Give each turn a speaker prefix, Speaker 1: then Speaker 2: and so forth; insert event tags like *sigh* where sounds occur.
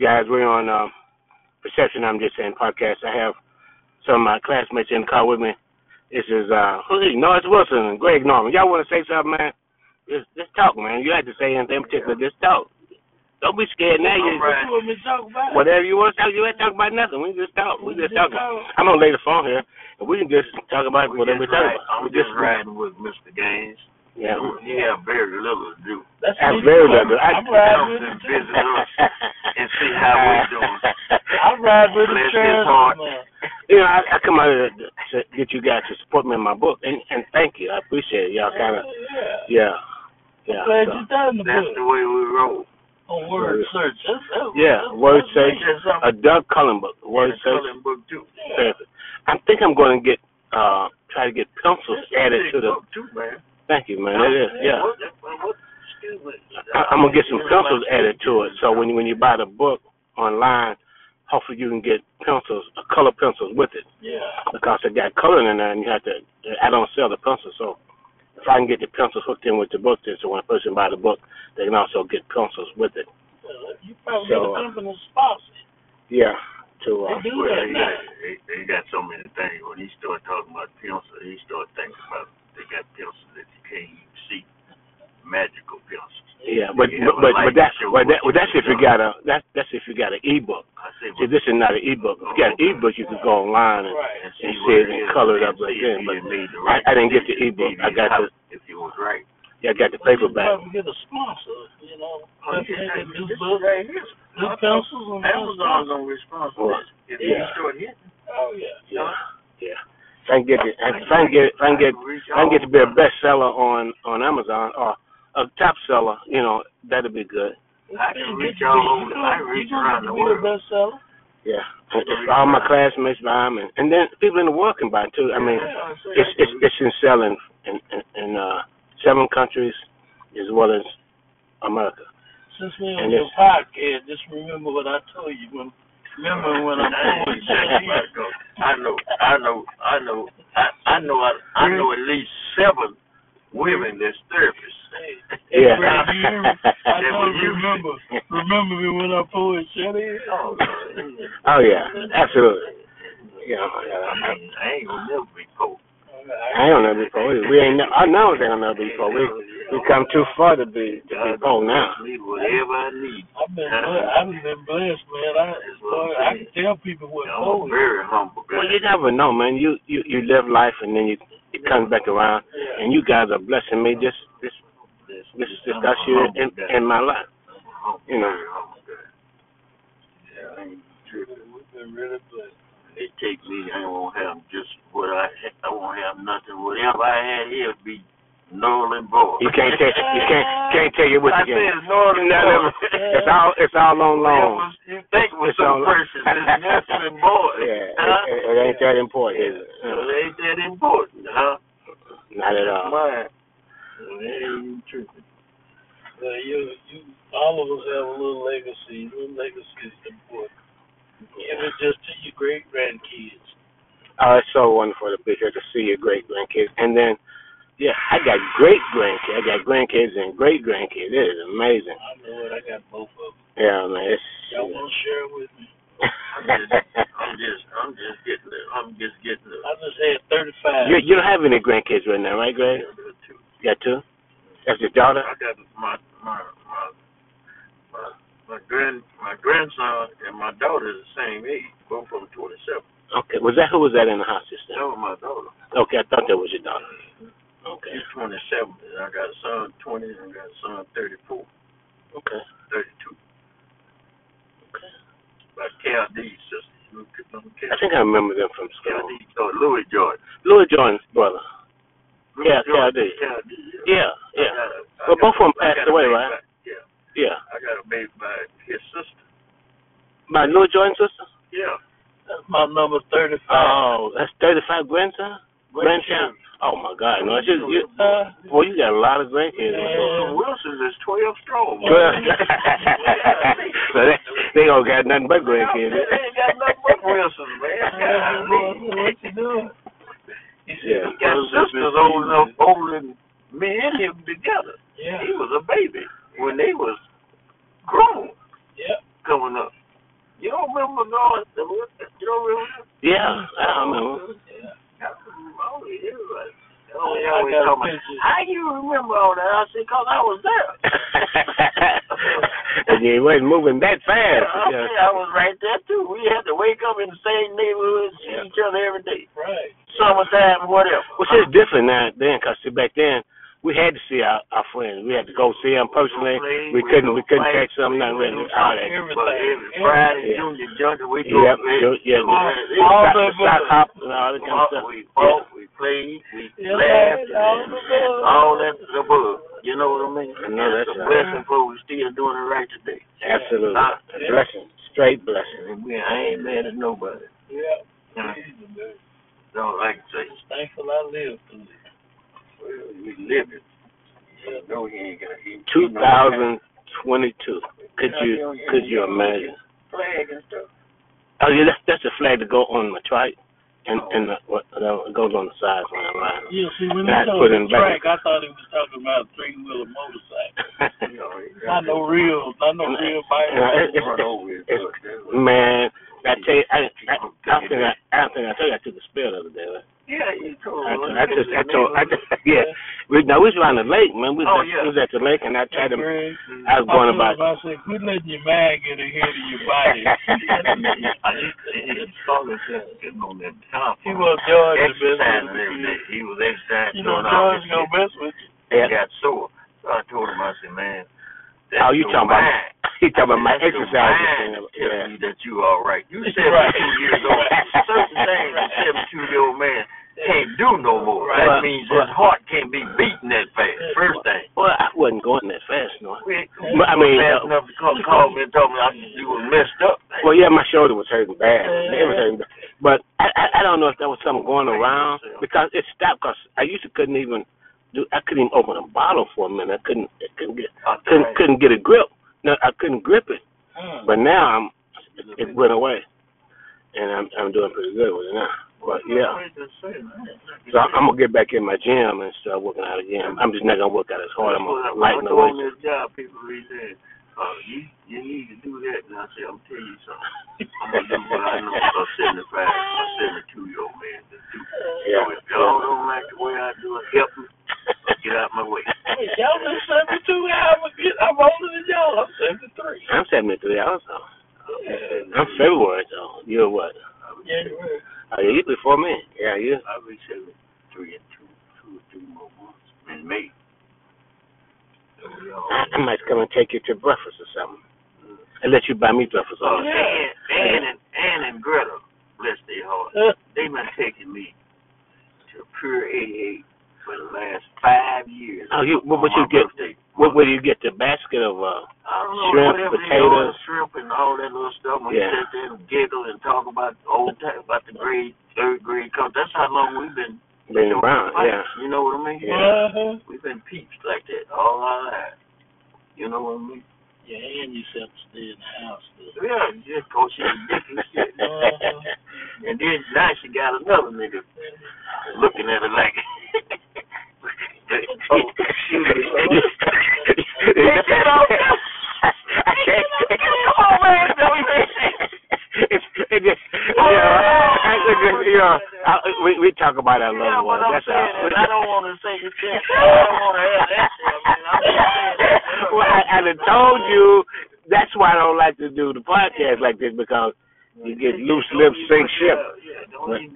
Speaker 1: guys, we're on uh, Perception, I'm just saying, podcast. I have some of my classmates in the car with me. This is uh, who is it? Norris Wilson and Greg Norman. Y'all want to say something, man? Just, just talk, man. You like to say anything in particular, just talk. Don't be scared now. You,
Speaker 2: You want me to talk about it?
Speaker 1: Whatever you want to talk, you ain't talking about nothing. We just talk. We just talking. I'm gonna lay the phone here, and we can just talk about
Speaker 3: I'm
Speaker 1: whatever we
Speaker 3: just
Speaker 1: talk
Speaker 3: riding,
Speaker 1: about.
Speaker 3: I'm
Speaker 1: We
Speaker 3: just riding with Mr. Gaines.
Speaker 1: yeah.
Speaker 3: He have very little to do.
Speaker 2: That's
Speaker 1: That's
Speaker 2: what
Speaker 1: very
Speaker 2: you want.
Speaker 1: little. I-
Speaker 2: I'm riding with
Speaker 3: Something
Speaker 2: the
Speaker 1: *laughs*
Speaker 2: train.
Speaker 3: business. and see how we doing.
Speaker 2: *laughs* I'm riding with the
Speaker 3: Bless his
Speaker 2: train.
Speaker 3: heart.
Speaker 2: man.
Speaker 1: You know, I, I come out here to to get you guys to support me in my book, and and thank you. I appreciate it. Y'all kind of,
Speaker 2: Yeah.
Speaker 1: yeah, yeah.
Speaker 2: Glad
Speaker 1: so.
Speaker 2: you done the
Speaker 3: That's
Speaker 2: book
Speaker 3: the way we roll.
Speaker 2: on word search. That's, that's,
Speaker 1: Yeah,
Speaker 2: that's,
Speaker 1: word
Speaker 2: that's
Speaker 1: search.
Speaker 2: making something.
Speaker 1: A Doug Cullen book, Word
Speaker 3: That's
Speaker 1: Search
Speaker 3: Cullen book too.
Speaker 1: Therapy. I think I'm going to get uh try to get pencils
Speaker 3: That's
Speaker 1: added
Speaker 3: big
Speaker 1: to the.
Speaker 3: book too, man.
Speaker 1: Thank you, man. It is, yeah.
Speaker 3: What, what, what, excuse me.
Speaker 1: I, I'm gonna get some pencils added to it. So when you, when you buy the book online, hopefully you can get pencils, uh, color pencils with it
Speaker 2: Yeah.
Speaker 1: because it got color in there, and you have to. I don't sell the pencils, so if I can get the pencils hooked in with the book, then so when a person buy the book, they can also get pencils with it.
Speaker 2: *laughs* You probably
Speaker 1: So, uh,
Speaker 2: got a company sponsor.
Speaker 1: Yeah. To uh,
Speaker 2: They do
Speaker 3: Well,
Speaker 2: that
Speaker 3: he
Speaker 2: now.
Speaker 3: got, he, he got so many things. When he started talking about pencil, he started thinking about they got pencils that you can't even see. Magical pencils.
Speaker 1: yeah, but
Speaker 3: Yeah,
Speaker 1: but but,
Speaker 3: like
Speaker 1: but that
Speaker 3: show
Speaker 1: but that
Speaker 3: what
Speaker 1: well, that's
Speaker 3: you
Speaker 1: if you
Speaker 3: do.
Speaker 1: got a that's that's if you got an ebook.
Speaker 3: I say,
Speaker 1: See, this is not an ebook. If you got an ebook, you can go online and
Speaker 2: Right.
Speaker 1: and see it and color it up
Speaker 3: See
Speaker 1: like
Speaker 3: if
Speaker 1: that,
Speaker 3: he
Speaker 1: but
Speaker 3: didn't read the
Speaker 1: I-
Speaker 3: right
Speaker 1: I didn't get the
Speaker 3: decision,
Speaker 1: ebook.
Speaker 3: if he
Speaker 1: I
Speaker 3: didn't
Speaker 1: got the-
Speaker 3: help, if he was right.
Speaker 1: yeah, I got the
Speaker 2: You
Speaker 1: paperback.
Speaker 2: probably get a sponsor, you know.
Speaker 3: Oh,
Speaker 2: They-
Speaker 3: yeah,
Speaker 2: they
Speaker 3: hey,
Speaker 2: do
Speaker 3: this
Speaker 2: books,
Speaker 3: right here.
Speaker 2: do pencils and
Speaker 3: Amazon's gonna respond to this. If you
Speaker 1: Yeah.
Speaker 3: start hitting,
Speaker 2: Oh, yeah.
Speaker 1: Yeah, yeah. If I can get it, if I can get, if I can get,
Speaker 3: reach
Speaker 1: if I can get to be a
Speaker 3: *laughs* out.
Speaker 1: bestseller on on Amazon or a top seller, you know, that'd be good.
Speaker 3: I can
Speaker 2: You
Speaker 3: reach
Speaker 2: get-
Speaker 3: all
Speaker 2: you
Speaker 3: over-
Speaker 2: gonna-
Speaker 3: I reach
Speaker 2: you gonna
Speaker 3: around
Speaker 2: get to
Speaker 3: the
Speaker 2: be
Speaker 3: world.
Speaker 2: the bestseller.
Speaker 1: Yeah, And if all my classmates buy 'em and, and then people in the world can buy 'em, too. I mean, it's it's it's in selling in in, in uh, seven countries as well as America.
Speaker 2: Since we on
Speaker 1: And
Speaker 2: your
Speaker 1: it's-
Speaker 2: podcast, just remember what I told you when. Remember when I'm going to
Speaker 3: I know, I know, I know, I, I know, I, I know at least seven women that's therapists.
Speaker 2: say.
Speaker 1: Yeah.
Speaker 2: Right
Speaker 3: *laughs*
Speaker 1: *laughs*
Speaker 2: here, I
Speaker 3: That
Speaker 2: don't
Speaker 3: was you.
Speaker 2: remember. Remember me when I pulled shut in?
Speaker 3: Oh, Lord.
Speaker 1: oh yeah, absolutely. Yeah, oh, yeah.
Speaker 3: I ain't, I ain't gonna never be poor.
Speaker 1: I don't know before. We, we ain't. know- I know they don't know before. We we come too far to be to be poor now.
Speaker 3: Need whatever I need.
Speaker 2: I've been blessed. I've been blessed, man. I, boy, I can tell people what
Speaker 3: I'm a
Speaker 2: gold is.
Speaker 3: very humble guy.
Speaker 1: Well, you never know, man. You you you live life and then you it comes back around, and you guys are blessing me. Just this this is just us here in in my life.
Speaker 3: I'm a
Speaker 1: you know.
Speaker 3: very humble guy. Yeah, I ain't tripping.
Speaker 2: We've been really blessed.
Speaker 3: They take me, I won't have just what I ha- I won't have nothing. Whatever I had here be null and void.
Speaker 1: You can't
Speaker 3: *laughs*
Speaker 1: tell you can't can't tell you what
Speaker 3: I
Speaker 1: you can.
Speaker 3: said null and void.
Speaker 1: It's all it's all on loan.
Speaker 3: You think with
Speaker 1: It's all-
Speaker 3: some person it's null and void.
Speaker 1: *laughs* Yeah, it,
Speaker 3: huh?
Speaker 1: it, it ain't that important, is it?
Speaker 3: So
Speaker 1: No,
Speaker 3: it ain't that important, huh?
Speaker 1: not at all.
Speaker 3: Mine. uh, Well, that ain't even true.
Speaker 2: Well, you, you, all of us have a little legacy. Little legacy is important. Give it just to your great grandkids.
Speaker 1: Oh, it's so wonderful to be here to see your great grandkids. And then, yeah, I got great grandkids. I got grandkids and great grandkids. It is amazing.
Speaker 2: I know it. I got both of them.
Speaker 1: Yeah, man.
Speaker 2: Y'all want to share with me?
Speaker 1: It's,
Speaker 3: I'm just, I'm just getting, the, I'm just getting the.
Speaker 2: I just had 35.
Speaker 1: you, you don't have any grandkids right now, right, Greg? You got two? That's your daughter?
Speaker 3: I got my my my my my grand my grandson and my daughter the same age, both of them twenty seven.
Speaker 1: Okay. Was that who was that in the house just
Speaker 3: That was my daughter.
Speaker 1: now? Okay, I thought that was your daughter. Okay.
Speaker 3: She's twenty seven. And I got a son twenty and I got a son thirty four,
Speaker 1: Okay.
Speaker 3: thirty two.
Speaker 1: Okay.
Speaker 3: By Cal D sister. Luke Cal
Speaker 1: I think I remember them from
Speaker 3: Cal
Speaker 1: school.
Speaker 3: D or uh, Louis Jordan.
Speaker 1: Louis Jordan's brother.
Speaker 3: Louis
Speaker 1: Yeah, Cal D.
Speaker 3: Jordan, Cal D.
Speaker 1: Yeah,
Speaker 3: I
Speaker 1: yeah.
Speaker 3: got a- I
Speaker 1: Well,
Speaker 3: got
Speaker 1: both of 'em
Speaker 3: a- I
Speaker 1: passed
Speaker 3: got a
Speaker 1: away,
Speaker 3: baby
Speaker 1: right?
Speaker 3: by- Yeah.
Speaker 1: Yeah.
Speaker 3: I got a baby by his sister.
Speaker 1: My Louis Jordan's sister?
Speaker 3: Yeah.
Speaker 2: That's my number 35.
Speaker 3: Uh,
Speaker 1: Oh, that's 35 grandson? Grandchild? Oh, my God. No, it's just, you,
Speaker 2: Uh,
Speaker 1: Boy, you got a lot of grandkids.
Speaker 3: The Wilsons is twelve strong. boy.
Speaker 1: Well, *laughs* so they, they don't got nothing but grandkids.
Speaker 3: They ain't got nothing but Wilsons,
Speaker 2: *laughs*
Speaker 3: man.
Speaker 2: what you doing?
Speaker 1: Yeah.
Speaker 3: He got sisters old enough, older than me and him together.
Speaker 2: Yeah.
Speaker 3: He was a baby when they was grown
Speaker 2: Yeah.
Speaker 3: coming up. You don't remember going to what? You don't remember?
Speaker 1: Yeah, I don't know. *laughs*
Speaker 2: Yeah.
Speaker 3: That's what I'm always here, like, they
Speaker 2: Oh,
Speaker 3: always-
Speaker 2: yeah, I
Speaker 3: always
Speaker 2: got
Speaker 3: tell
Speaker 2: a
Speaker 3: me,
Speaker 2: picture.
Speaker 3: How you remember all that? I said, 'Cause I was there.
Speaker 1: and you wasn't moving that fast.
Speaker 3: I
Speaker 1: Yeah.
Speaker 3: said I was right there too. We had to wake up in the same neighborhood, see
Speaker 1: Yeah.
Speaker 3: each other every day.
Speaker 2: Right.
Speaker 3: Summertime, whatever.
Speaker 1: Which is different now then, 'cause see, back then we had to see our, our friends. We had to go see them personally. We couldn't we couldn't catch something nothing really all that.
Speaker 2: Everything.
Speaker 3: But every
Speaker 2: everything.
Speaker 3: Friday,
Speaker 1: Yeah.
Speaker 3: Junior Junction, we do
Speaker 1: Yep,
Speaker 3: it.
Speaker 1: you- yeah,
Speaker 3: All-
Speaker 1: the
Speaker 3: all
Speaker 1: sock-
Speaker 2: the
Speaker 1: the sock
Speaker 2: good.
Speaker 1: hop and all that
Speaker 3: We
Speaker 1: kind of
Speaker 3: fought,
Speaker 1: stuff.
Speaker 3: we fought, we played, we
Speaker 2: Yeah,
Speaker 3: laughed,
Speaker 2: man, all
Speaker 3: and
Speaker 2: the good.
Speaker 3: all that above. You know what I mean?
Speaker 1: I know that's
Speaker 3: It's a
Speaker 1: right.
Speaker 3: blessing for we still doing it right today.
Speaker 1: Absolutely.
Speaker 3: I,
Speaker 1: A blessing. Straight blessing.
Speaker 3: and we, I ain't mad at nobody.
Speaker 2: Yeah.
Speaker 3: Yeah.
Speaker 2: Jesus, man.
Speaker 3: So like I say,
Speaker 2: Thankful I lived through it.
Speaker 3: well, we live it.
Speaker 2: Yeah.
Speaker 3: No, he ain't gonna. He,
Speaker 1: Two thousand twenty two. Could you could you imagine?
Speaker 3: Flag and stuff.
Speaker 1: Oh yeah, that's that's the flag that go on my trike and and the, what that goes on the sides when I'm riding.
Speaker 2: Yeah, see, when
Speaker 1: Nah,
Speaker 2: I
Speaker 1: it's put
Speaker 2: saw
Speaker 1: in
Speaker 2: the
Speaker 1: back.
Speaker 2: track, I thought he was talking about a three-wheeler motorcycle.
Speaker 3: *laughs* You know, he got
Speaker 2: Not no real, not no
Speaker 1: Nah.
Speaker 2: real
Speaker 1: Nah,
Speaker 2: bike.
Speaker 1: it-
Speaker 3: that run over his
Speaker 1: It's-
Speaker 3: truck. That's what-
Speaker 1: *laughs* Man, I tell you, I I, I don't think I, I don't think I told you I took a spill the other day. Right?
Speaker 3: Yeah, Oh, you told
Speaker 1: I,
Speaker 3: him.
Speaker 1: I just I told I just, *laughs* yeah. We, now we was around the lake, man. We was,
Speaker 3: Oh,
Speaker 1: at,
Speaker 3: yeah.
Speaker 1: we was at the lake, and I tried to.
Speaker 2: Greg,
Speaker 1: I was going about.
Speaker 2: I said, quit letting your mind get ahead of your
Speaker 1: *laughs*
Speaker 2: body.
Speaker 3: *laughs* I just he saw this sitting on that top.
Speaker 2: He was George the
Speaker 3: exercising
Speaker 2: best.
Speaker 3: every day. He was exercising
Speaker 2: You know,
Speaker 3: doing all this
Speaker 2: George gonna mess with you.
Speaker 3: shit.
Speaker 1: Yeah.
Speaker 3: He got sore. So I told him, I said, man. That's
Speaker 1: Oh, you
Speaker 3: your
Speaker 1: talking about-
Speaker 3: mind.
Speaker 1: *laughs* He talking about my
Speaker 3: That's your
Speaker 1: exercise.
Speaker 3: mind
Speaker 1: machine.
Speaker 3: telling
Speaker 1: Yeah.
Speaker 3: you that you all right.
Speaker 1: *laughs*
Speaker 3: You
Speaker 2: Right.
Speaker 3: seventy-two years old. Certain things a seventy-two-year-old man can't do no more.
Speaker 1: Right.
Speaker 3: That means his heart can't be beaten that fast. First thing.
Speaker 1: Well, I wasn't going that fast, no.
Speaker 3: Quick,
Speaker 1: But, I mean,
Speaker 3: fast
Speaker 1: uh,
Speaker 3: enough to call, call me and tell me I, you were messed up.
Speaker 1: Well, yeah, my shoulder was hurting bad. It was hurting bad. But I, I, I don't know if that was something going around because it stopped. Cause I used to couldn't even do. I couldn't even open a bottle for a minute. I couldn't. I couldn't get.
Speaker 3: I
Speaker 1: Couldn't. Couldn't get a grip. No, I couldn't grip it.
Speaker 2: Hmm.
Speaker 1: But now I'm. It went away, and I'm I'm doing pretty good with it now. But yeah. So I- I'm gonna get back in my gym and start working out again. I'm just not gonna work out as hard. I'm gonna lighten the
Speaker 3: on
Speaker 1: weight.
Speaker 3: this job, people be saying, uh, you, you need to do that. And I say, I'm telling you something. I'm going to do what I know a 75, a 72 year old man to do. So if y'all don't like the way I do it, help me get out my way.
Speaker 2: Hey, y'all been 72 I'm, a good- I'm older than y'all. I'm 73.
Speaker 1: *laughs* I'm 73 also.
Speaker 2: Yeah.
Speaker 1: I'm February though. You're what?
Speaker 2: January.
Speaker 1: Oh, yeah, you before me. Yeah, you.
Speaker 3: I'll be 73 in two, two or three more months in May. So y'all,
Speaker 1: I I might come and take you to breakfast or something. And let you buy me breakfast
Speaker 3: Oh,
Speaker 1: on it.
Speaker 3: Ann, Ann, and Ann and Greta, bless their heart,
Speaker 2: Uh,
Speaker 3: they been taking me to Pure 88 for the last five years.
Speaker 1: Oh, you, what
Speaker 3: on
Speaker 1: would you
Speaker 3: my
Speaker 1: get?
Speaker 3: Birthday.
Speaker 1: What would you get? The basket of, uh,
Speaker 3: I don't know,
Speaker 1: Shrimp,
Speaker 3: whatever
Speaker 1: potatoes.
Speaker 3: They order, shrimp and all that little stuff. When
Speaker 1: Yeah.
Speaker 3: you sit there and giggle and talk about the old time, about the grade, third grade cup. That's how long we've been.
Speaker 1: Benny Brown,
Speaker 3: fighting,
Speaker 1: yeah.
Speaker 3: You know what I mean?
Speaker 1: Yeah.
Speaker 2: uh-huh.
Speaker 3: We've been peeps like that all our lives. You know what I mean?
Speaker 2: Yeah, and you said to stay in the house. though.
Speaker 3: Yeah, just cause she's ridiculous shit. And then now she got another nigga looking at her like. *laughs* oh, shoot.
Speaker 1: I can't. Come on, man. Don't be it's, it just, yeah, I, it just, you know, I, we we talk about that
Speaker 3: Yeah,
Speaker 1: little one.
Speaker 3: but I'm
Speaker 1: That's
Speaker 3: saying
Speaker 1: all.
Speaker 3: is I don't want to say the
Speaker 1: *laughs*
Speaker 3: shit. I don't want to have that shit. I mean, I'm just saying that.
Speaker 1: well, I, I done told you that's why I don't like to do the podcast like this because you get loose lips, sink ship.
Speaker 3: Yeah, don't even